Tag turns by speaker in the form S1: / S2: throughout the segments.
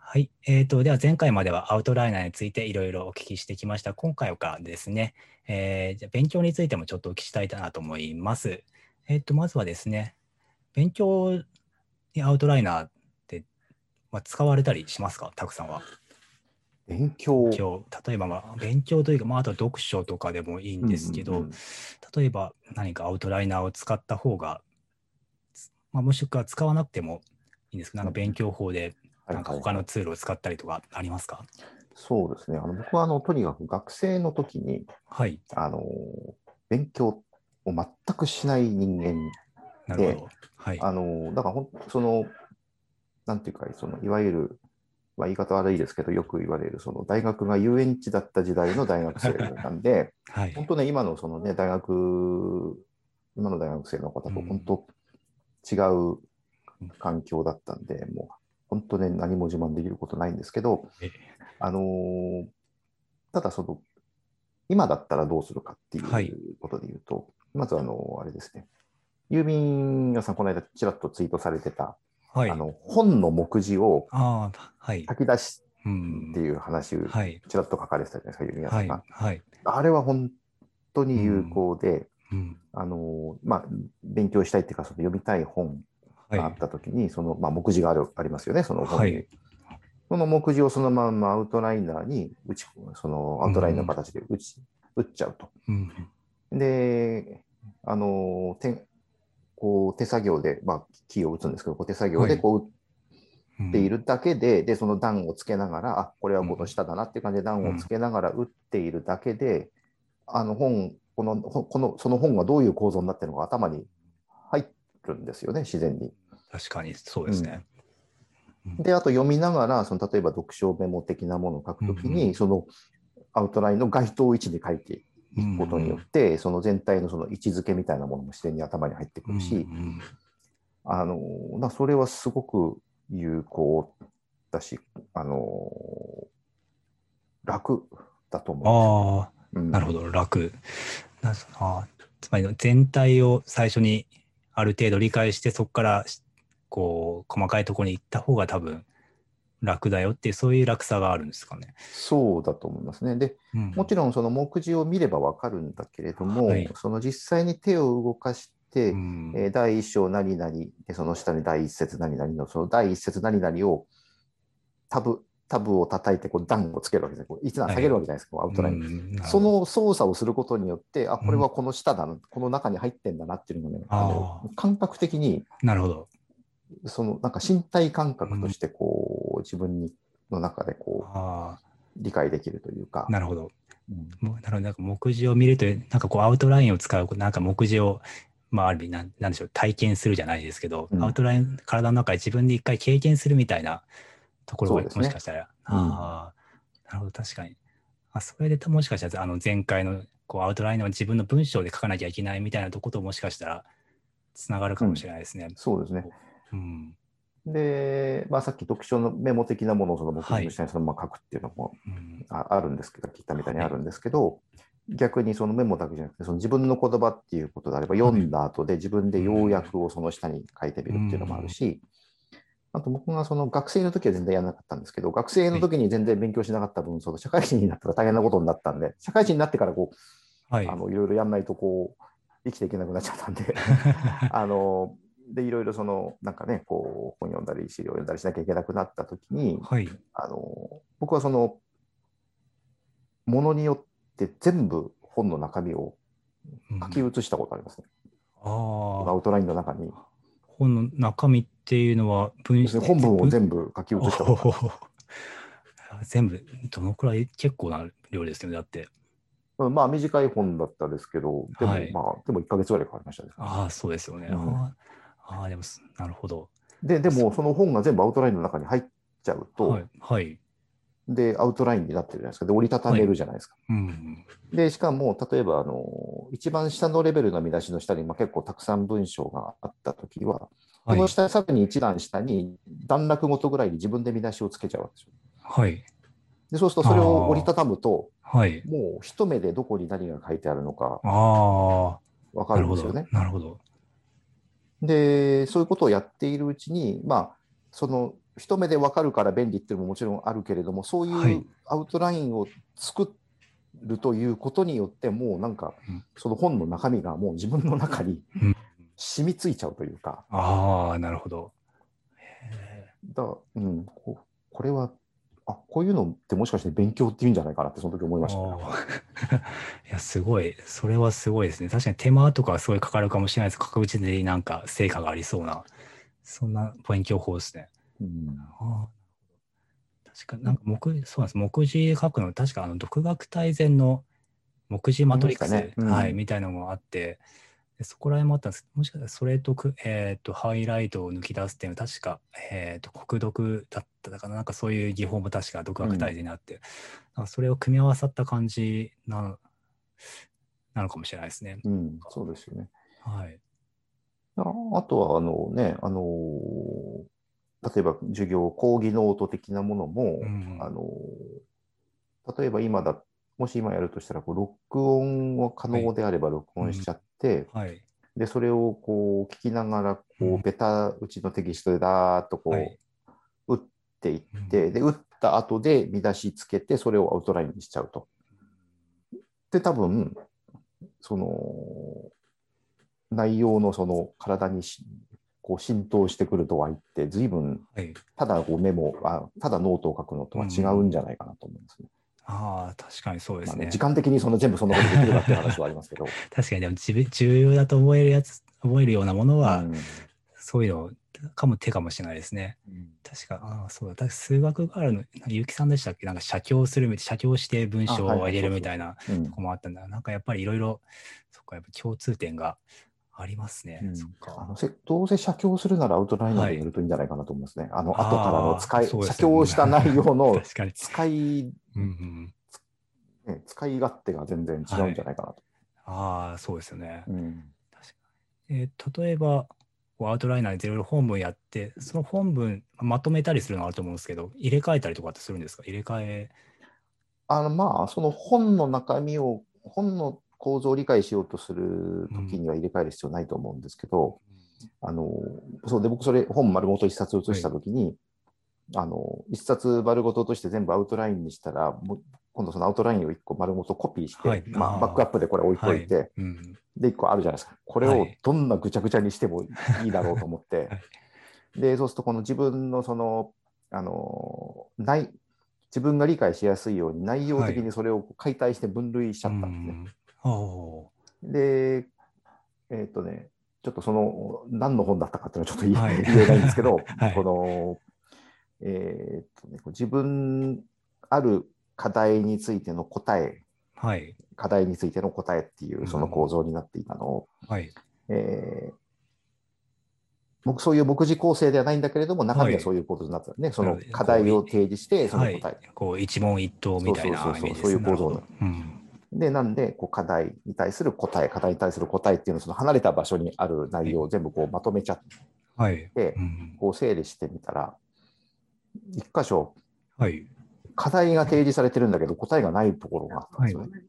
S1: はい。えーと、では前回まではアウトライナーについていろいろお聞きしてきました。今回からですね、えーじゃあ勉強についてもちょっとお聞きしたいなと思います。えっ、と、まずはですね、勉強にアウトライナーって、まあ、使われたりしますかたくさんは。
S2: 勉
S1: 今
S2: 強。
S1: 日、例えば、まあ、勉強というか、まあ、あとは読書とかでもいいんですけど、
S2: うんうんうん
S1: 例えば何かアウトライナーを使った方が、つまあ、もしくは使わなくてもいいんですけど、なんか勉強法で、
S2: はい
S1: なんか他のツールを使ったりとかありますか
S2: そうですね。あの僕はあのとにかく学生の時に
S1: はい、
S2: あの勉強を全くしない人間、
S1: なるほ
S2: で
S1: ど。はい。
S2: あのだからほんその、なんていうか、そのいわゆる、まあ、言い方悪いですけど、よく言われるその大学が遊園地だった時代の大学生なんで、
S1: は
S2: 本
S1: い。
S2: 当ね、今のそのね、大学、今の大学生の方と
S1: うん
S2: 本当違う環境だったんで、もう本当ね、何も自慢できることないんですけど、
S1: え
S2: あのーただその、今だったらどうするかってい
S1: はいう
S2: ことで言うと、まずあの、あれですね、郵便屋さん、この間ちらっとツイートされてた、
S1: はい。
S2: あ
S1: あ
S2: の本の目次を
S1: あー、はい。
S2: 書き出し
S1: う
S2: って
S1: ん。
S2: いう話、
S1: はい。
S2: ちらっと書かれてたじゃないですか、郵便屋さ
S1: は
S2: ん
S1: い
S2: が。。
S1: はい。
S2: あれは本当に有効で、
S1: うん。
S2: あのーまあ、勉強したいっていうか、その読みたい本
S1: はい
S2: があっ。たときに、その、まあ、目次があるありますよね、その
S1: は
S2: 本に。
S1: い。
S2: その目次をそのまんまアウトライナーに打ち、そのアウトラインの形で打ち、打っちゃうと。
S1: うん。
S2: で、あの、手、こう手作業で、まあ、キーを打つんですけど、こう手作業
S1: は
S2: で
S1: い
S2: こう打
S1: うん
S2: っているだけで、で、その段をつけながら、あ、これはこの下だなっていう感じで段をつけながら打っているだけで、あの本、この、ほこの、その本がどういう構造になってるのか頭に入るんですよね、自然に。
S1: 確かにそうですね。
S2: で、あと読みながら、その例えば読書メモ的なものを書くとき
S1: うんう
S2: に、そのアウトラインの該当位置に書いていくことによって、その全体のその位置づけみたいなものも自然に頭に入ってくる
S1: うんう
S2: し、
S1: ん
S2: あの、なそれはすごく有効だし、あの、楽だと思
S1: ああ、
S2: うんで
S1: な
S2: すよ。
S1: るほど、楽。なあーつまり全体を最初にある程度理解して、そこからしこう細かいところに行った方が多分楽だよっていう、そういう楽さがあるんですかね。
S2: そうだと思いますね。で、
S1: うん
S2: もちろんその目次を見ればわかるんだけれども、
S1: はい
S2: その実際に手を動かして、
S1: うん
S2: えー第1章何々で、その下に第1節何々の、その第1節何々をタブ、タブを叩いてこう段をつけるわけですね。こう一段下げるわけじゃないですか、アウトライン。
S1: うん
S2: その操作をすることによって、あ、これはこの下だな、この中に入ってんだなっていうのがね、あの
S1: あ
S2: 感覚的に、
S1: なるほど。
S2: そのなんか身体感覚として、こう、自分にの中でこう、
S1: あ
S2: 理解できるというか
S1: あ、。なるほど。
S2: うん
S1: もうなるほどなんか目次を見るという、なんかこうアウトラインを使う、なんか目次を、まあある意味なん、なんでしょう、体験するじゃないですけど、
S2: うん
S1: アウトライン、体の中で自分で一回経験するみたいなところ
S2: そ
S1: が、
S2: うです
S1: も
S2: ね
S1: しかしたら、ああ、なるほど、確かに。あそれでもしかしたら、あの前回のこうアウトラインの自分の文章で書かなきゃいけないみたいなところともしかしたら、つながるかもしれないですね。
S2: そうですね。
S1: うん。
S2: で、まあ、さっき読書のメモ的なものをその目
S1: は
S2: 次
S1: い
S2: の下にそのまま書くっていうのも
S1: うん。
S2: ああるんですけど、聞いたみたいにあるんですけど、逆にそのメモだけじゃなくて、その自分の言葉っていうことであれば、読んだ後で自分で要約をその下に書いてみるっていうのもあるし、あと僕がその学生の時は全然やらなかったんですけど、学生の時に全然勉強しなかった分、その社会人になったら大変なことになったんで、社会人になってからこう、
S1: はい。
S2: あのいろいろやんないとこう、生きていけなくなっちゃったん で、あの、で、いろいろその、なんかね、こう、本読んだり、資料読んだりしなきゃいけなくなった時に、
S1: はい。
S2: あの僕はそのものによって全部本の中身を
S1: うん
S2: 書き写したことありますね。
S1: あ
S2: ア
S1: あ、
S2: ウトラインの中に。
S1: 本の中身っていうのは文
S2: ですね本文を全部書き
S1: お
S2: 写したこと。
S1: ー 全部、どのくらい結構な量ですよね、だって。
S2: うんまあ短い本だったですけど、でも、
S1: はい
S2: まあ、でも1ヶ月ぐらいかかりましたね。
S1: ああ、そうですよね。
S2: うん
S1: あーあー、でもす、なるほど。
S2: で、でもその本が全部アウトラインの中に入っちゃうと、
S1: はい。はい。
S2: で、アウトラインになってるじゃないですか。で、折りたためるじゃないですか。
S1: うん。
S2: で、しかも、例えば、あの、一番下のレベルの見出しの下に、まあ、結構たくさん文章があったときは、
S1: は
S2: その
S1: い。
S2: 下、さらに一段下に、段落ごとぐらいに自分で見出しをつけちゃうわけですよ。
S1: はい。
S2: で、そうするとそれを折りたたむと、
S1: はい。
S2: もう一目でどこに何が書いてあるのか
S1: あ
S2: わ
S1: あ、な
S2: かる
S1: る
S2: ん
S1: ほ
S2: です
S1: ど。
S2: よね。
S1: なるほど。
S2: で、そういうことをやっているうちに、まあ、その一目で分かるから便利っていうのももちろんあるけれどもそう
S1: はいいう
S2: アウトラインを作るということによってもうなんか
S1: うん
S2: その本の中身がもう自分の中に
S1: うん
S2: 染みついちゃうというか
S1: ああ、なるほど。へ
S2: だ、うん、ここれはあこういうのってもしかして勉強っていうんじゃないかなってその時思い
S1: ー
S2: ましたね、
S1: あー いや、すごい。それはすごいですね。確かに手間とかはすごいかかるかもしれないです。確実になんか成果がありそうな、そんなポイント法ですね。
S2: うん
S1: ああ確かなんか目、そうなんです。目次で書くの、確かあの独学大全の目次マトリックス、
S2: ありましたねうん
S1: はい、みたいなのもあって、でそこら辺もあったんですけど、もしかしたらそれとく、えー、とハイライトを抜き出すっていうのは、確か、えー、と国読だったかな、なんかそういう技法も確か独学大全にあって、なんかそれを組み合わさった感じななのかもしれないですね。
S2: うん、そうですよね。
S1: はい。
S2: ああとはあの、ねあの例えば授業、講義ノート的なものも、
S1: うん
S2: あの例えば今だ、もし今やるとしたらこう、録音を可能であれば録音しちゃって、
S1: はい。
S2: でそれをこう聞きながらこう、
S1: うん
S2: ベタ打ちのテキストでだーっとこう、
S1: はい
S2: 打っていって、で打った後で見出しつけて、それをアウトラインにしちゃうと。で、多分その内容のその体にしこう浸透してくる度合いって、随分
S1: はい
S2: ただこうメモあ、ただノートを書くのとは違うんじゃないかなと思いますね。
S1: ああ、確かにそうで
S2: まあ
S1: す
S2: ね
S1: ね。
S2: 時間的にその全部そんなことできるかっていう話はありますけど。
S1: 確かにでも自分重要だと思えるやつ覚えるようなものは、
S2: うん
S1: そういうのかも手かもしれないですね。確か、ああ、そうだ。確か数学があるの、なんか結城さんでしたっけなんか写経するみたい、写経して文章を
S2: あはいは
S1: 入
S2: い
S1: れる
S2: そうそう
S1: みたいな
S2: うん
S1: とこもあったんだ。なんかやっぱりいろいろ、そっか、やっぱ共通点がありますね。
S2: うん
S1: そっ
S2: あ
S1: か
S2: の。せどうせ写経するならアウトライナーでやるといいんじゃないかなと思いますね。あの後からの使
S1: あー
S2: い、
S1: そうですね
S2: 写経した内容の
S1: 確かに。
S2: 使い、
S1: うんうん。
S2: ね使い勝手が全然違うんじゃないかなと。
S1: ああ、そうですよね。
S2: うん
S1: えー例えば、こうアウトライナーでいろいろ本文やって、その本文まとめたりするのあると思うんですけど、入れ替えたりとかってするんですか入れ替え。
S2: あのまあ、その本の中身を、本の構造を理解しようとするときには入れ替える必要ないと思うんですけど、あのそうで僕、それ、本丸ごと一冊写したときに、あの一冊丸ごと落として全部アウトラインにしたら、もう今度そのアウトラインを一個丸ごとコピーして、
S1: はい
S2: ま
S1: あ
S2: あ、
S1: ー
S2: バックアップでこれ置いといて、
S1: うん。
S2: で、1個あるじゃないですか。これ
S1: は
S2: を
S1: い
S2: どんなぐちゃぐちゃにしてもいいだろうと思って。
S1: はい
S2: で、そうすると、この自分のその、あの、ない、自分が理解しやすいように内容的にそれを解体して分類しちゃったんですね。
S1: うんお
S2: で、えーっ、とね、ちょっとその、何の本だったかっていうのはちょっと言え,、
S1: はい
S2: 言えないんですけど、
S1: はい
S2: この、えーっ、とね、こう自分ある課題についての答え、
S1: ーはい。
S2: 課題についての答えっていうその構造になっていたのを、
S1: はい。
S2: えー僕そういう目次構成ではないんだけれども、中身
S1: は
S2: はいそういうことになってたね、そ
S1: な
S2: の
S1: るほど
S2: 課題を提示して、その
S1: は
S2: 答え。
S1: い、こう一問一答みたいな
S2: そうそうそうそ
S1: イ
S2: う
S1: メージです
S2: そういう構造
S1: なるほどうん
S2: で、なんで、こう課題に対する答え、課題に対する答えっていうのをその離れた場所にある内容を全部こうまとめちゃっ
S1: はい。
S2: て
S1: う、ん
S2: こう整理してみたら、一箇所、
S1: はい。
S2: 課題が提示されてるんだけど、答えがないところがあったんですよね。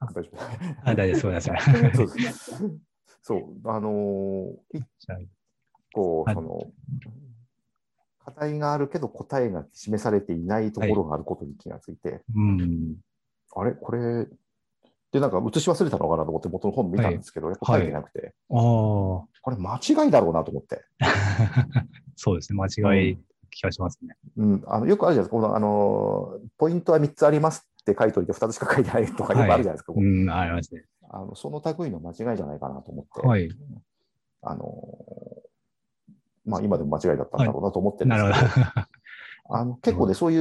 S2: 大丈
S1: あ、大丈夫です。ごめんなさい。
S2: 夫 そうです そう、あのーこ
S1: は
S2: う、
S1: い
S2: その、課題があるけど答えが示されていないところがあることに気がついて、
S1: うん。
S2: あれこれ、で、なんか写し忘れたのかなと思って元の本見たんですけど、やっぱ書いてなくて、
S1: ああ。
S2: これ間違いだろうなと思って。
S1: そうですね。間違い気がしますね。
S2: うん、あのよくあるじゃないですか、この、あのー、ポイントは3つありますって書いといて2つしか書いてないとかよくあるじゃないですか。
S1: うん、ありますね。
S2: あのその類の間違いじゃないかなと思って、
S1: はい。
S2: あのーまあ今でも間違いだったんだろうなと思ってるんで
S1: な
S2: すけど、
S1: るほど。
S2: あの結構ね、そうい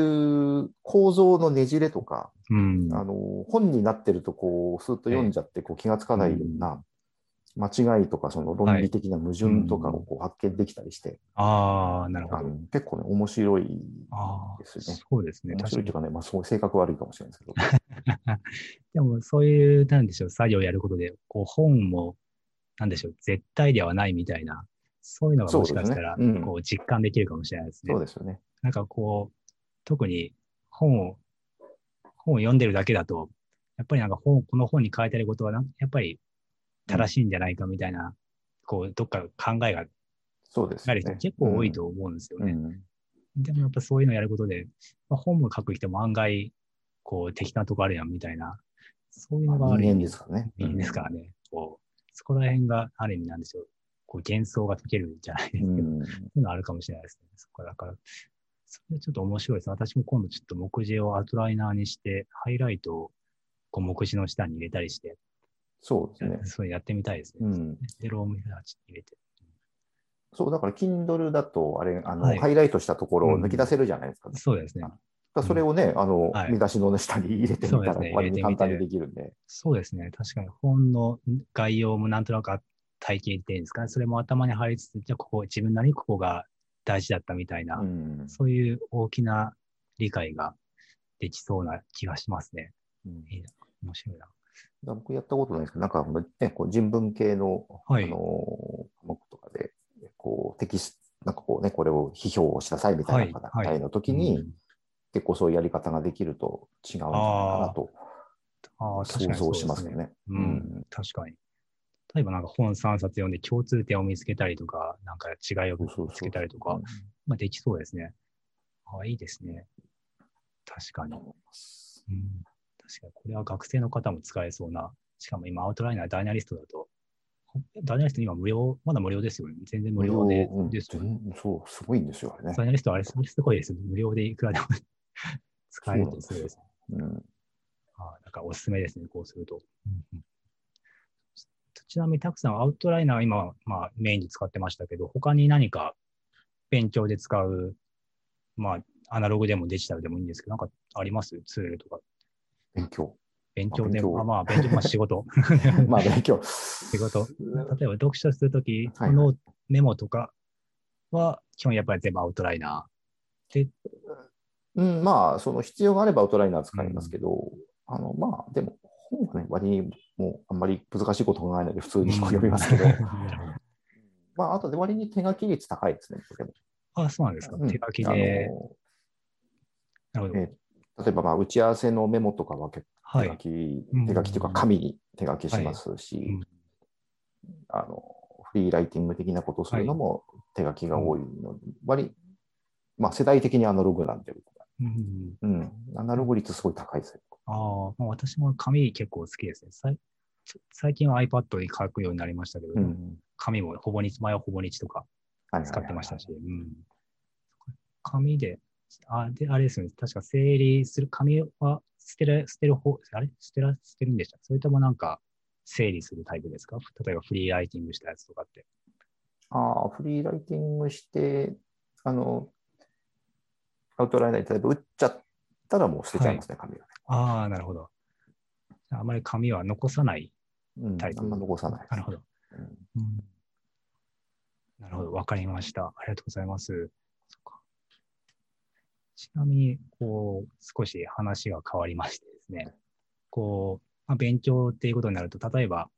S2: う構造のねじれとか、
S1: うん。
S2: あの本になってるとこうスーッと読んじゃってこう気がつかないような間違いとかその論理的な矛盾とかをこう発見できたりして、
S1: ああ、なるほ
S2: あ
S1: ど。
S2: の結構ね面白い
S1: ああ、
S2: ですね
S1: そうですね。
S2: 面
S1: 確
S2: 白
S1: か
S2: いという
S1: に。
S2: かね、まあ、そう性格悪いかもしれないですけど、
S1: でも、そういう、なんでしょう、作業をやることで、こう、本も、なんでしょう、絶対ではないみたいな、そういうのがもしかしたら、
S2: そうですねうん
S1: こう、実感できるかもしれないですね
S2: そう。ですよね。
S1: なんかこう、特に本を、本を読んでるだけだと、やっぱりなんか本、この本に書いてあることはなん、やっぱり正しいんじゃないかみたいな、こう、どっか考えが
S2: そうです
S1: や
S2: よ
S1: る人
S2: ね。
S1: 結構多いと思うんですよ
S2: う
S1: ね。
S2: ん。
S1: でもやっぱそういうのやることで、まあ、本も書く人も案外、こう、適当なとこあるやんみたいな、そういうのがある
S2: 人間ですからね。
S1: いいですからね。こう、そこら辺がある意味なんでしょう。こう、幻想が解けるんじゃないですけ
S2: う。
S1: ど、そうんいうのあるかもしれないですね。そこだから、それはちょっと面白いです。私も今度ちょっと目次をアウトライナーにして、ハイライトをこう目次の下に入れたりして、
S2: そうですね。
S1: そうやってみたいです
S2: う
S1: ね。
S2: ん。
S1: で、ロームフラーチ入れて。
S2: そう、だから Kindle だと、あれ、あの、
S1: はい
S2: ハイライトしたところを抜き出せるじゃないですか。
S1: そうですね。
S2: だからそれをね、あの、
S1: はい
S2: 見出しの下に入れてみた
S1: そうで
S2: ら
S1: すね、
S2: 割に
S1: 入れてみ
S2: 簡
S1: て
S2: 単にできるんで。
S1: そうですね。確かに本の概要もなんとなく体系っていうんですかね。それも頭に入りつつ、じゃあここ、自分なりにここが大事だったみたいな、
S2: うん。
S1: そういう大きな理解ができそうな気がしますね。
S2: うん
S1: いいな面白いな。
S2: だから僕やったことないですけど、なんか、ね、こう人文系の、
S1: はい
S2: あのー科目とかで、こう、テキスト、なんかこうね、これを批評をしなさいみたいな
S1: はい
S2: 課
S1: はい
S2: 題の時に、
S1: うん
S2: 結構そういうやり方ができると違うんじゃないかなと
S1: ああ、確か
S2: 想
S1: にそう
S2: 像
S1: です
S2: しますよ
S1: ね。
S2: ね。
S1: うん確かに。例えばなんか本3冊読んで共通点を見つけたりとか、なんか違いを
S2: そう
S1: 見
S2: そうそう
S1: つけたりとか、まあ、できそうですね。ああ、いいですね。確かに。うん確かに、これは学生の方も使えそうな。しかも今、アウトライナー、ダイナリストだと、ほダイナリスト今無料、まだ無料ですよね。全然無料で。
S2: うん
S1: ですよね
S2: 全そう、すごいんですよ、あれね
S1: ダ。イナリストあれ、それすごいですね。無料でいくらでも使える
S2: そうな
S1: と
S2: んですす
S1: ご
S2: よ
S1: いです。
S2: うん
S1: あなんかおすすめですね、こうすると。ちちなみに、たくさんアウトライナーは今、まあ、メインに使ってましたけど、他に何か勉強で使う、まあ、アナログでもデジタルでもいいんですけど、なんかありますツールとか。
S2: 勉強。
S1: 勉強で
S2: 勉
S1: も、
S2: 強
S1: あまあ、勉強、まあ、仕事。
S2: まあ、勉強。
S1: 仕事。
S2: うん
S1: 例えば読書するとき、
S2: はいはい
S1: のメモとかは、基本やっぱり全部アウトライナ
S2: うん、まあ、その必要があればアウトライナー使いますけど、あの、まあ、でも、本はね、割にもうあんまり難しいこと考えないで普通
S1: ー。
S2: に読みますけど、
S1: うん
S2: まあ、あとで割に手書き率高いですね。これも
S1: あ、そうなんですか。
S2: うん
S1: 手書き
S2: あの
S1: で。なるほど。
S2: え例えば、まあ、打ち合わせのメモとかは結構
S1: は
S2: 手書
S1: い。
S2: き、
S1: うん
S2: 手書きというか、紙に手書きしますし、あの、フリーライティング的なことをするのも手書きが多いので、割、まあ、世代的にアナログなんで、
S1: うん、
S2: うん、アナログ率すごい高いですよ。
S1: あーまあ、私も紙結構好きですね。さいちょ最近は iPad で書くようになりましたけど、
S2: うん。
S1: 紙もほぼ日、前はほぼ日とか
S2: はいはいはい
S1: 使ってましたし、うん、紙で、あであれですよね、確か整理する、紙は捨てる、捨てる方、あれ捨てら、捨てるんでしたそれともなんか整理するタイプですか例えばフリーライティングしたやつとかって。
S2: ああ、フリーライティングして、あの、アウトライナーに例えば打っちゃったらもう捨てちゃいますね、紙を。
S1: ああ、なるほど。あまり紙は残さない。
S2: うん、
S1: タイプ
S2: あんま残さない。
S1: なるほど。
S2: うん
S1: うんなるほど、わかりました。ありがとうございます。そっかちなみに、こう、少し話が変わりましてですね、こう、まあ、勉強っていうことになると、例えば、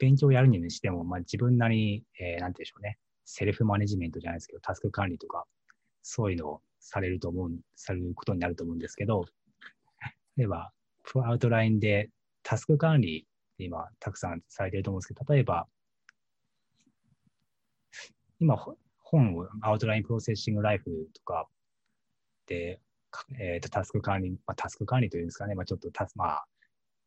S1: 勉強をやるにしても、まあ、自分なりに、えーなんていうんでしょうね、セルフマネジメントじゃないですけど、タスク管理とか、そういうのをされると思う、されることになると思うんですけど、例えば、プロアウトラインでタスク管理って今、たくさんされてると思うんですけど、例えば、今、ほ本を、アウトラインプロセッシングライフとかで、かえっ、と、タスク管理、まあ、タスク管理というんですかね、まあ、ちょっとタス、まあ、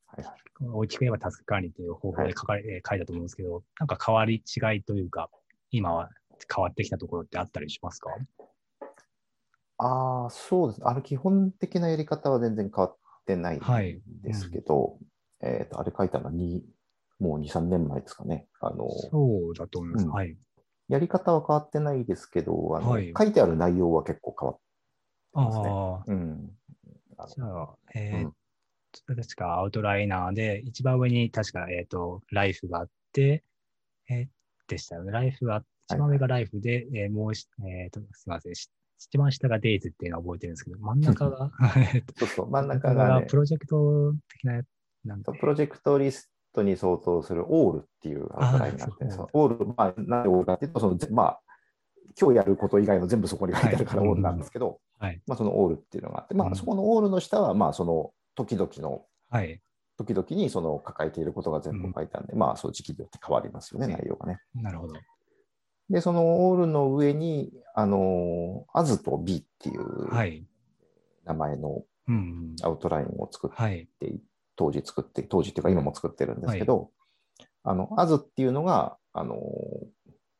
S2: はいはい
S1: 大きく言えばタスク管理っていう方法で書かれ、えー書いたと思うんですけど、なんか変わり違いというか、今は変わってきたところってあったりしますか
S2: ああ、そうです。あの、基本的なやり方は全然変わってない
S1: はい
S2: んですけど、えっと、あれ書いたのは2、もう2、3年前ですかね。あの、
S1: そうだと思います。
S2: うん
S1: はい。
S2: やり方は変わってないですけど、あの、
S1: はい
S2: 書いてある内容は結構変わっ
S1: あ
S2: ですね
S1: あ、
S2: うん。あの
S1: じゃあ、えー
S2: うん
S1: 確かアウトライナーで、一番上に確か、えっ、と、ライフがあって、えーでしたよね。ライフが、一番上がライフで、えーもうし、えっ、と、すみません。し一番下がデイズっていうのを覚えてるんですけど、 真ん中が、えっと
S2: そうそう、真ん
S1: 真ん
S2: 中
S1: 中
S2: が
S1: が
S2: ね
S1: プ、ロジェクト的なやつなんで
S2: そうプロジェクトリストに相当するオールっていうアウトラインになっ
S1: あーそ
S2: てる、
S1: う
S2: そのオール、まあ、なんでオールかっていうと、その、ぜまあ、今日やること以外の全部そこに書いてあるから
S1: はい
S2: オールなんですけど、
S1: はい。
S2: まあ、そのオールっていうのがあって、
S1: う
S2: ま
S1: ん
S2: あ、そこのオールの下は、まあ、その、時々の、
S1: はい。
S2: 時々にその抱えていることが全部書いてあるんで、まあ、そう、時期によって変わりますよね、
S1: ね
S2: 内容がね。
S1: なるほど。
S2: で、そのオールの上に、あの、アズと B っていう
S1: はい。
S2: 名前の
S1: うんうん。
S2: アウトラインを作っ
S1: はい。
S2: て、当時作って、当時っていうか今も作ってるんですけど、あの、アズっていうのが、あの、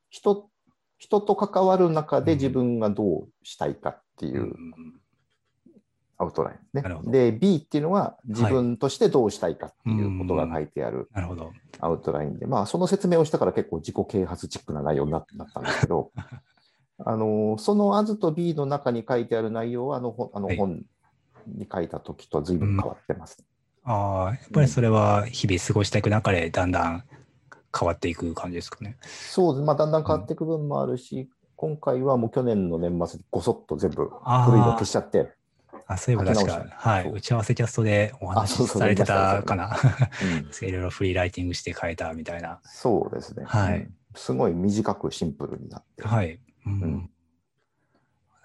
S2: 人、人と関わる中で自分がどうしたいかっていうう
S1: う
S2: ん
S1: ん
S2: アウトラインで
S1: な
S2: す
S1: る
S2: ね
S1: ほ。ど
S2: で、B っていうのは自分としてどうしたいかっていうことが書いてある
S1: なるほど。
S2: アウトラインで、まあ、その説明をしたから結構自己啓発チックな内容にななったんですけ ど、あのそのアズと B の中に書いてある内容はあのほあの
S1: はい
S2: 本に書いた時とは随分変わってます。
S1: ああ、やっぱりそれは日々過ごしていく中でだんだん変わっていく感じですかね。
S2: そうです、まあ、だんだん変わっていく分もあるし、今回はもう去年の年末にごそっと全部
S1: あー
S2: 古いの消しちゃって、
S1: あそういえば確
S2: 書き直
S1: か
S2: し、
S1: はい、
S2: そう
S1: 打ち合わせキャストでお
S2: あそ
S1: 話
S2: う
S1: し
S2: そう
S1: されてたか な。
S2: うん
S1: いろいろフリーライティングして変えたみたいな。
S2: そうですね、
S1: はい
S2: うんすごい短くシンプルになって、
S1: はい。うん
S2: ん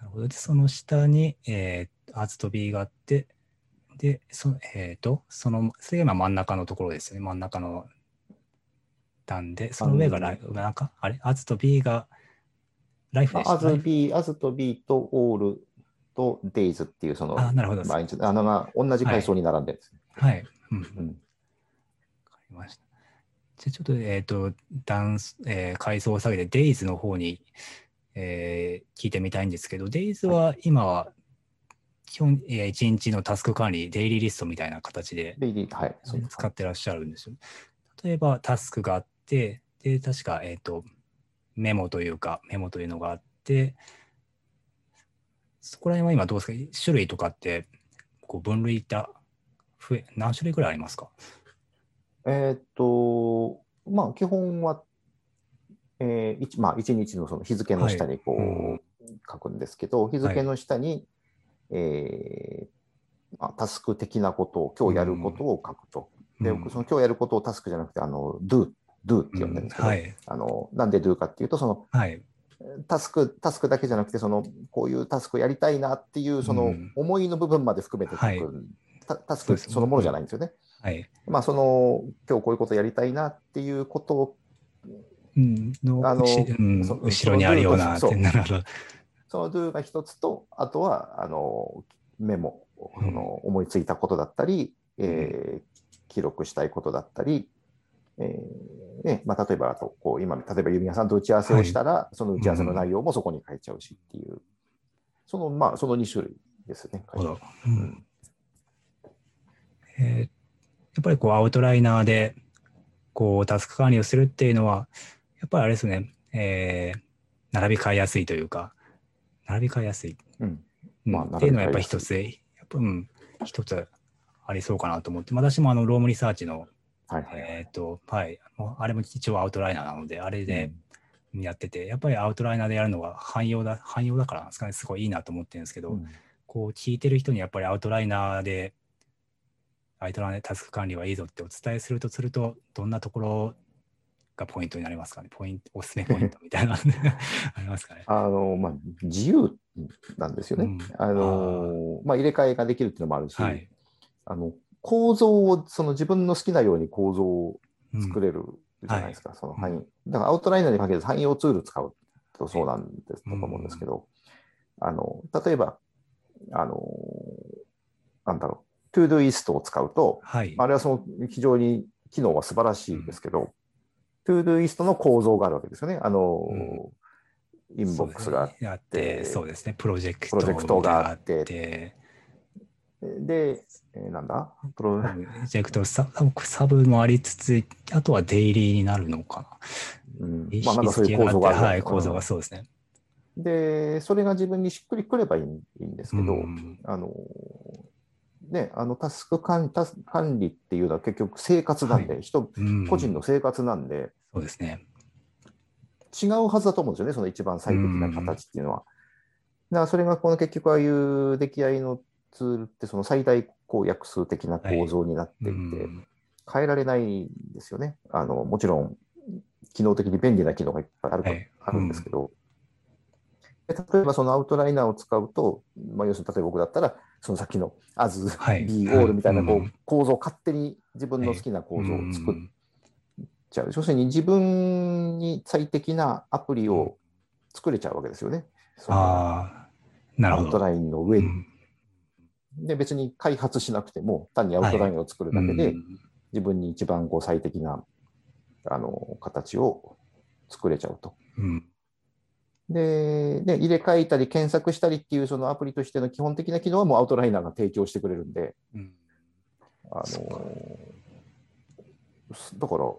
S1: なるほど。で、その下に、えー、アズと B があって、で、そえっ、と、その、それが今真ん中のところですよね。真ん中の段で、その上がライ、なんか、あれ、アズと B がライフ
S2: ま
S1: でし
S2: あ、
S1: た、
S2: アズ
S1: ね。
S2: ビーアズと B とオールとデイズっていうその
S1: あ、なるほど。
S2: 毎日あのが同じ階層に並んでるんですね、
S1: はい。うん
S2: うん
S1: わかりました。じゃあちょっと、えっ、と、ダンス、えー階層を下げて、デイズの方に、えー聞いてみたいんですけど、デイズは今は、基本、えー一日のタスク管理、デイリーリストみたいな形で
S2: で、リはい、そうです
S1: 使ってらっしゃるんですよ。例えば、タスクがあって、で、確か、えっ、と、メモというか、メモというのがあって、そこら辺は今どうですか種類とかって、こう分類った、増え何種類ぐらいありますか
S2: えーっと、まあ、基本は、えー一まあ、一日のその日付の下にこう、
S1: うん
S2: 書くんですけど、日付の下に、えーまあ、タスク的なことを、今日やることを書くと。で、
S1: うん
S2: 僕その今日やることをタスクじゃなくて、あの、do、do って呼んでるんですけど、
S1: はい。
S2: あのなんで do かっていうと、その
S1: はい。
S2: タスク、タスクだけじゃなくて、そのこういうタスクやりたいなっていう、そうの
S1: ん
S2: 思いの部分まで含めて書く、
S1: はい
S2: タタス
S1: そう
S2: ク
S1: ですね
S2: そのものじゃないんですよね。
S1: はい。
S2: まあ、その今日こういうことやりたいなっていうことを、
S1: うんの
S2: あの
S1: しうん
S2: そ
S1: 後ろにあるような、
S2: そのルート
S1: なるほど。
S2: その do が一つと、あとはあのメモ、
S1: うん
S2: その思いついたことだったり、えー記録したいことだったり、えーねまあ、例えばあとこう今、例えば弓矢さんと打ち合わせをしたら、その打ち合わせの内容もそこに書いちゃうしっていう、そのまあ、その2種類ですね。
S1: なるほどう
S2: うんん
S1: えーやっぱりこう、アウトライナーで、こう、タスク管理をするっていうのは、やっぱりあれですね、えー並び替えやすいというか、並び替えやすい。
S2: うん
S1: うん
S2: まあ
S1: っていうのはやっぱり
S2: 並び替え
S1: 一
S2: や
S1: つ、やっぱ、うん、一つありそうかなと思って、私もあの、ロームリサーチの、
S2: はいはいはい
S1: えっ、と、はい、もうあれも一応アウトライナーなので、あれで、
S2: うん
S1: やってて、やっぱりアウトライナーでやるのが汎用だ、汎用だからなんですかね、すごいいいなと思ってるんですけど、
S2: うん
S1: こう聞いてる人にやっぱりアウトライナーで、アウトライナーでタスク管理はいいぞってお伝えするとすると、どんなところがポイントになりますかね、ポイント、おすすめポイントみたいな、 ありますかね。
S2: あのまあ、自由なんですよね、
S1: うん
S2: あのまあ、入れ替えができるっていうのもあるし、
S1: はい。
S2: あの構造をその自分の好きなように構造を
S1: うん
S2: 作れるじゃないですか、その範囲、だからアウトライナーに限らず汎用ツール使うとそうなんです、
S1: うん
S2: と思うんですけど、あの例えばあの、なんだろう、トゥードゥイストを使うと、
S1: はい。
S2: あれはその非常に機能は素晴らしいですけど、トゥードゥイストの構造があるわけですよね。あの
S1: うん
S2: インボックスがあって
S1: あって、そうですね、プロジェクト
S2: プロジェクトがあって
S1: みたいなのがあって
S2: で、えーなんだプロ
S1: プロジェクトサブサブもありつつ、あとはデイリーになるのかな。
S2: うんまあなんかそういう構造がある。
S1: はい、構造がそうですね。
S2: で、それが自分にしっくりくればいいんいいんですけど、
S1: うん
S2: あの、ね、あのタスク管タス管理っていうのは結局生活なんで、人、
S1: うん
S2: 個人の生活なんで、
S1: そうですね。
S2: 違うはずだと思うんですよね、その一番最適な形っていうのは。だからそれがこの結局ああいう出来合いのツールってその最大公約数的な構造になっていて、
S1: うん
S2: 変えられないんですよね。あのもちろん機能的に便利な機能がいっぱいある,、
S1: はい
S2: あるんですけど、で例えばそのアウトライナーを使うと、まあ、要するに例えば僕だったらそのさっきの As、
S1: はい
S2: B、オールみたいなこう、
S1: うん
S2: 構造を勝手に自分の
S1: はい
S2: 好きな構造を作
S1: う
S2: っ
S1: ん
S2: ちゃう。要するに自分に最適なアプリを作れちゃうわけですよね。その
S1: ああ、なる
S2: ア
S1: ほ
S2: ウト
S1: ど。
S2: ラインの上
S1: う
S2: に
S1: ん
S2: で別に開発しなくても、単にアウトラインを作るだけで、
S1: うん
S2: 自分に一番こう最適なあの形を作れちゃうと。
S1: うん
S2: で、ね、入れ替えたり検索したりっていうそのアプリとしての基本的な機能はもうアウトライナーが提供してくれるんで、
S1: うん
S2: あ
S1: そっか
S2: のだから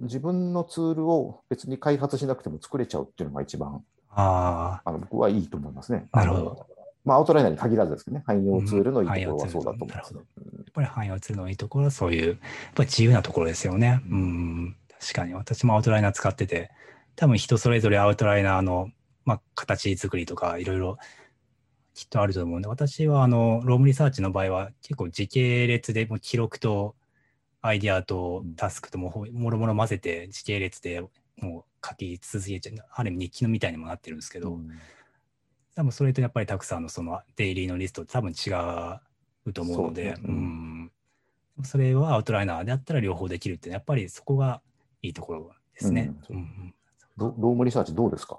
S2: 自分のツールを別に開発しなくても作れちゃうっていうのが一番
S1: ああ、
S2: あの僕はいいと思いますね。
S1: なるほど
S2: あの。まあ、アウトライナーに限らずですけどね、汎用ツールのいいところ
S1: う
S2: は
S1: ん
S2: そうだと思います、
S1: 汎用ツール
S2: ね
S1: のやっぱり汎用するのいいところはそういう、やっぱり自由なところですよね。う
S2: うん
S1: ん、確かに。私もアウトライナー使ってて、多分人それぞれアウトライナーの、まあ、形作りとかいろいろきっとあると思うんで、私はあの、ロームリサーチの場合は結構時系列でもう記録とアイディアとタスクともほもろもろ混ぜて時系列でもう書き続けちゃう、ある意味日記のみたいにもなってるんですけど、
S2: うん
S1: 多分それとやっぱりたくさんのそのデイリーのリスト多分違うと思うので、
S2: そう
S1: う
S2: ね
S1: んそれはアウトライナーであったら両方できるっていうのはやっぱりそこがいいところですね。
S2: うん
S1: うん
S2: ロロームリサーチどうですか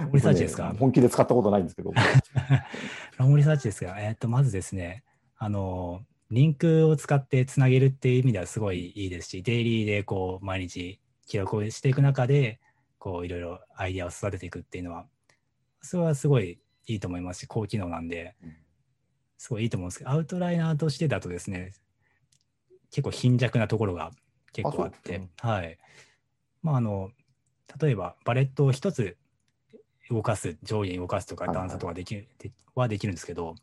S1: ロングリサーチですか
S2: 僕ね、本気で使ったことないんです けど。
S1: ロングリサーチですが、えー、とまずですねあのリンクを使ってつなげるっていう意味ではすごいいいですしデイリーでこう毎日記録をしていく中でこういろいろアイデアを育てていくっていうのはそれはすごいいいと思いますし高機能なんで
S2: うん
S1: すごいいいと思うんですけどアウトライナーとしてだとですね結構貧弱なところが結構あっ
S2: あ
S1: て
S2: そう
S1: はいまああの例えばバレットを一つ動かす上下に動かすとか
S2: はいはい
S1: 段差とかできるではできるんですけど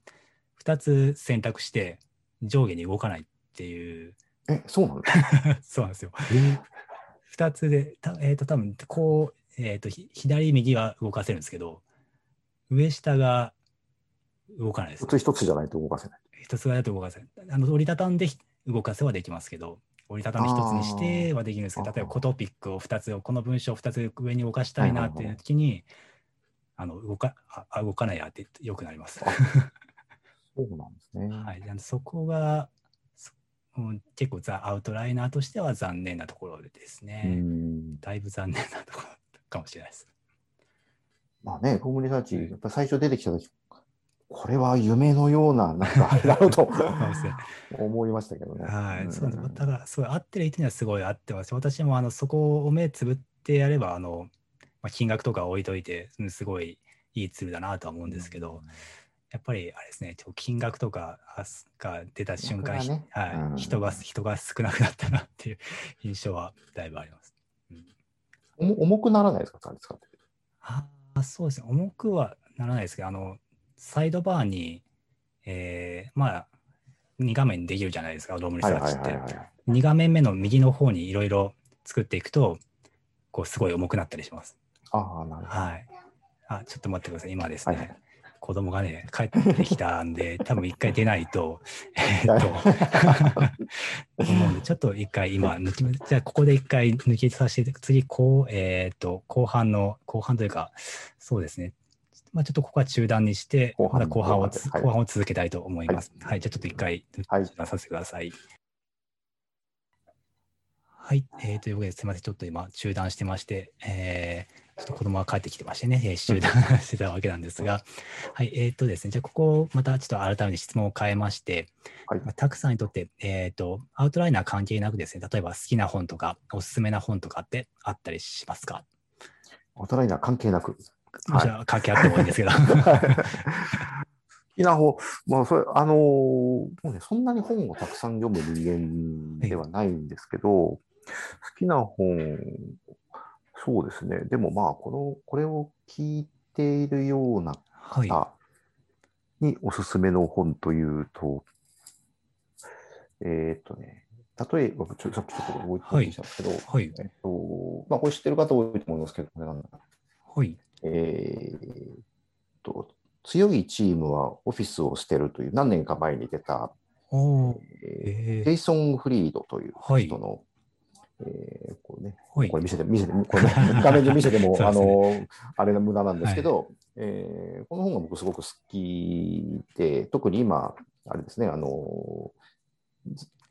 S1: 2つ選択して上下に動かないっていう
S2: え、そうなんだ。
S1: そうなんですよ
S2: えー
S1: 2つでたえっ、と多分こう、えー、とひ左右は動かせるんですけど上下が動かないです
S2: 一つ一つじゃないと動かせない。
S1: 一つはやって動かせないあの折りたたんでひ動かせはできますけど折りたたみ一つにしてはできるんですけど
S2: あー
S1: 例えばコトピックを2つをこの文章を2つ上に動かしたいなっていう時に、あの動かああ動かないやってよくなります。
S2: そうなんですね。
S1: はい、なんでそこが、そうん結構ザ・アウトライナーとしては残念なところですね。
S2: うん
S1: だいぶ残念なところかもしれないです。
S2: まあね、コームリサーチ、やっぱ最初出てきたとき、これは夢のような、なんか、あれだろうと
S1: かもしれない
S2: 思いましたけどね。
S1: はい、
S2: うん
S1: そうなんですだから、すごい合ってる人にはすごい合ってます。私もあのそこを目つぶってやれば、あのまあ、金額とか置いといて、うんすごいいいツールだなとは思うんですけど、やっぱりあれですね、ちょっと金額とかあすが出た瞬間、
S2: 金額
S1: は
S2: が
S1: い
S2: ねうん
S1: 人が人が少なくなったなっていう印象はだいぶあります。
S2: 重重くならないですか、あれ使ってて。
S1: あーそうですね、重くはならないですけど、あのサイドバーに、えーまあ、2画面できるじゃないですか、ロームリサ
S2: はい
S1: ー
S2: は
S1: チ
S2: い
S1: っ
S2: はい
S1: て
S2: は。い。
S1: 2画面目の右の方にいろいろ作っていくと、こうすごい重くなったりします。
S2: ああ、なるほど。
S1: はい。あ、ちょっと待ってください。今ですね、
S2: はいはい
S1: 子供がね、帰ってきたん で、多分一回出ないと、えーっと、と 思うんで、ちょっと一回今抜き、じゃあここで一回抜きさせて、次、こう、えーっと、後半の、後半というか、そうですね。まあ、ちょっとここは中断にして、
S2: 後
S1: ま
S2: 半
S1: だ後半をつ、
S2: 後半ではい
S1: 後半を続けたいと思います。はい、じゃあちょっと一回
S2: はい
S1: 中断させてください。はい、えーというわけで、すみません、ちょっと今、中断してまして、えーちょっと子供が帰ってきてましてね、えー中断してたわけなんですが、はい、えーとですね、じゃあ、ここ、またちょっと改めて質問を変えまして、
S2: はい
S1: まあタクさんにとって、えーと、アウトライナー関係なくですね、例えば好きな本とか、おすすめな本とかってあったりしますか、
S2: アウトライナー関係なく。
S1: もちろん関係あってもいいんですけ ど。
S2: 好きな本、まあ、それ、あのーもうね、そんなに本をたくさん読む人間ではないんですけど、好きな本、そうですね、でもまあ、この、これを聞いているような
S1: はい。
S2: 方におすすめの本というと、えーっとね、例えば、ちょさっきちょっと覚えてきたんですけど、
S1: はい。
S2: えっと、まあ、これ知ってる方多いと思いますけど、これなんだ
S1: はい。
S2: えーっと、強いチームはオフィスを捨てるという何年か前に出た、
S1: おーえ
S2: えージェイソン・フリードという
S1: はい
S2: 人の、えーこうね、
S1: ー、はい
S2: こ。れ見せて、見せて、これね画面で見せても、
S1: そう
S2: あ
S1: です
S2: の、あれの無駄なんですけど、えーこの本が僕すごく好きで、特に今、あれですね、あの、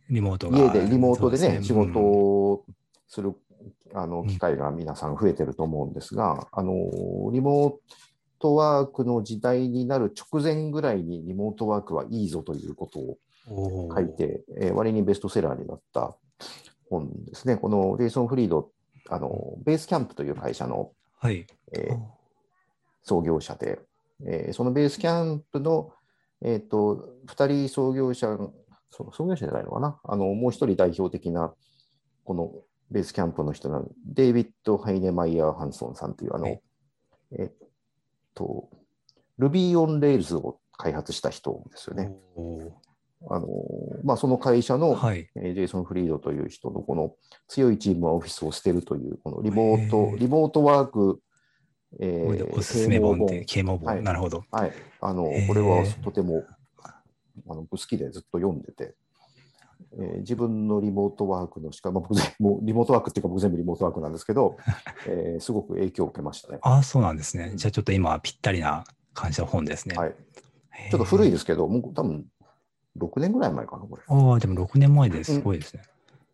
S1: リモートが。
S2: 家でリモートで
S1: そう
S2: ね、
S1: す
S2: 仕事をするあの機会が皆さん増えてると思うんですが、あのリモートワークの時代になる直前ぐらいにリモートワークはいいぞということを
S1: お
S2: 書いて、えー割にベストセラーになった本ですね。このレイソン・フリード、あのベースキャンプという会社の、
S1: はい。
S2: えー
S1: あ
S2: 創業者で、えーそのベースキャンプの、えー、と2人創業者、そ創業者じゃないのかな、あのもう1人代表的なこのベースキャンプの人なのデイビッド・ハイネマイヤー・ハンソンさんという、
S1: は
S2: あの
S1: い、
S2: えっと、Ruby on Rails を開発した人ですよね。
S1: お
S2: あのまあ、その会社の、
S1: はい。
S2: えージェイソン・フリードという人のこの強いチームはオフィスを捨てるという、このリモー
S1: へ
S2: ト
S1: ー、
S2: リモートワーク、え
S1: これでおすすめ本って、啓蒙
S2: は
S1: 本。
S2: い
S1: なるほど。
S2: はい、あの
S1: へー
S2: これはとてもあの好きでずっと読んでて、えー自分のリモートワークのしか、まあ、僕全部もうリモートワークっていうか僕全部リモートワークなんです けど、えーすごく影響を受けましたね。
S1: ああ、そうなんですね。じゃあちょっと今ぴったりな感じの本ですね。
S2: はい、
S1: へー
S2: ちょっと古いですけど、もう多分6年ぐらい前かな、これ。
S1: ああ、でも6年前ですごいですね。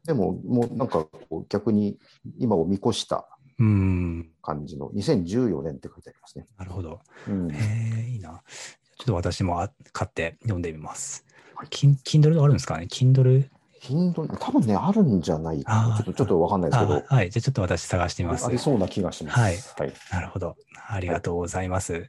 S2: でも、もうなんかこう逆に今を見越した
S1: うーん。
S2: 感じの2014年って書いてありますね。
S1: なるほど。
S2: うん
S1: へえ、いいな。ちょっと私もあ買って読んでみます
S2: はい。
S1: キン Kindle あるんですかね Kindle?
S2: 頻度、多分ね、あるんじゃないか
S1: あー
S2: な。ちょっとちょっとわかんないですけ
S1: あ
S2: ど、
S1: はい。じゃあちょっと私探してみます
S2: あ。りそうな気がします。
S1: はい
S2: はい
S1: なるほど。ありがとうございます。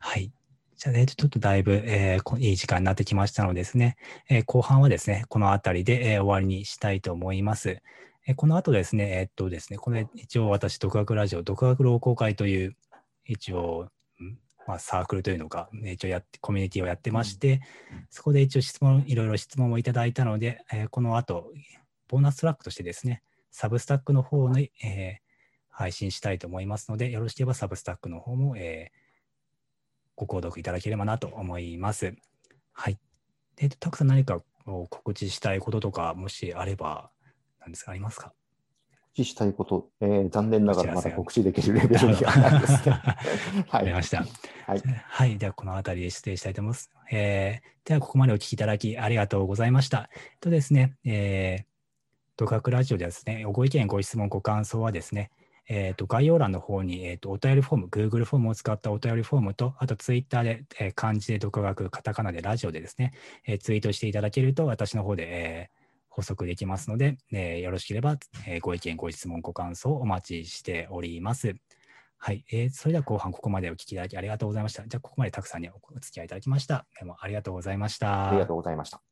S1: はい。じゃあね、ちょっとだいぶ、えーこいい時間になってきましたのでですね、えー後半はですね、このあたりで、えー終わりにしたいと思います。えーこの後ですね、えーっとですね、これ一応私、独学ラジオ、独学老公会という、一応、んまあ、サークルというのか、一応やって、コミュニティをやってまして、そこで一応質問、いろいろ質問をいただいたので、えーこの後、ボーナストラックとしてですね、サブスタックの方に、えー配信したいと思いますので、よろしければサブスタックの方も、えーご購読いただければなと思います。はい。で、たくさん何かこう告知したいこととか、もしあれば、何ですか、ありますか
S2: 告知したいこと、えー残念ながらまだ告知できるレベルにはないですけど。
S1: わ
S2: は
S1: かりました。
S2: はい。
S1: はい。では、この辺りで失礼したいと思います。えーでは、ここまでお聞きいただきありがとうございました。えっとですね、えー、独学ラジオではですね、ご意見、ご質問、ご感想はですね、えー、と概要欄の方に、えー、とお便りフォーム、Google フォームを使ったお便りフォームと、あと Twitter で、えー漢字で独学、カタカナでラジオでですね、えーツイートしていただけると、私の方で、えー補足できますので、えーよろしければ、えーご意見、ご質問、ご感想をお待ちしております。はい、えーそれでは後半ここまでお聞きいただきありがとうございました。じゃあここまでたくさんにお付き合いいただきました。どうもありがとうございました。
S2: ありがとうございました。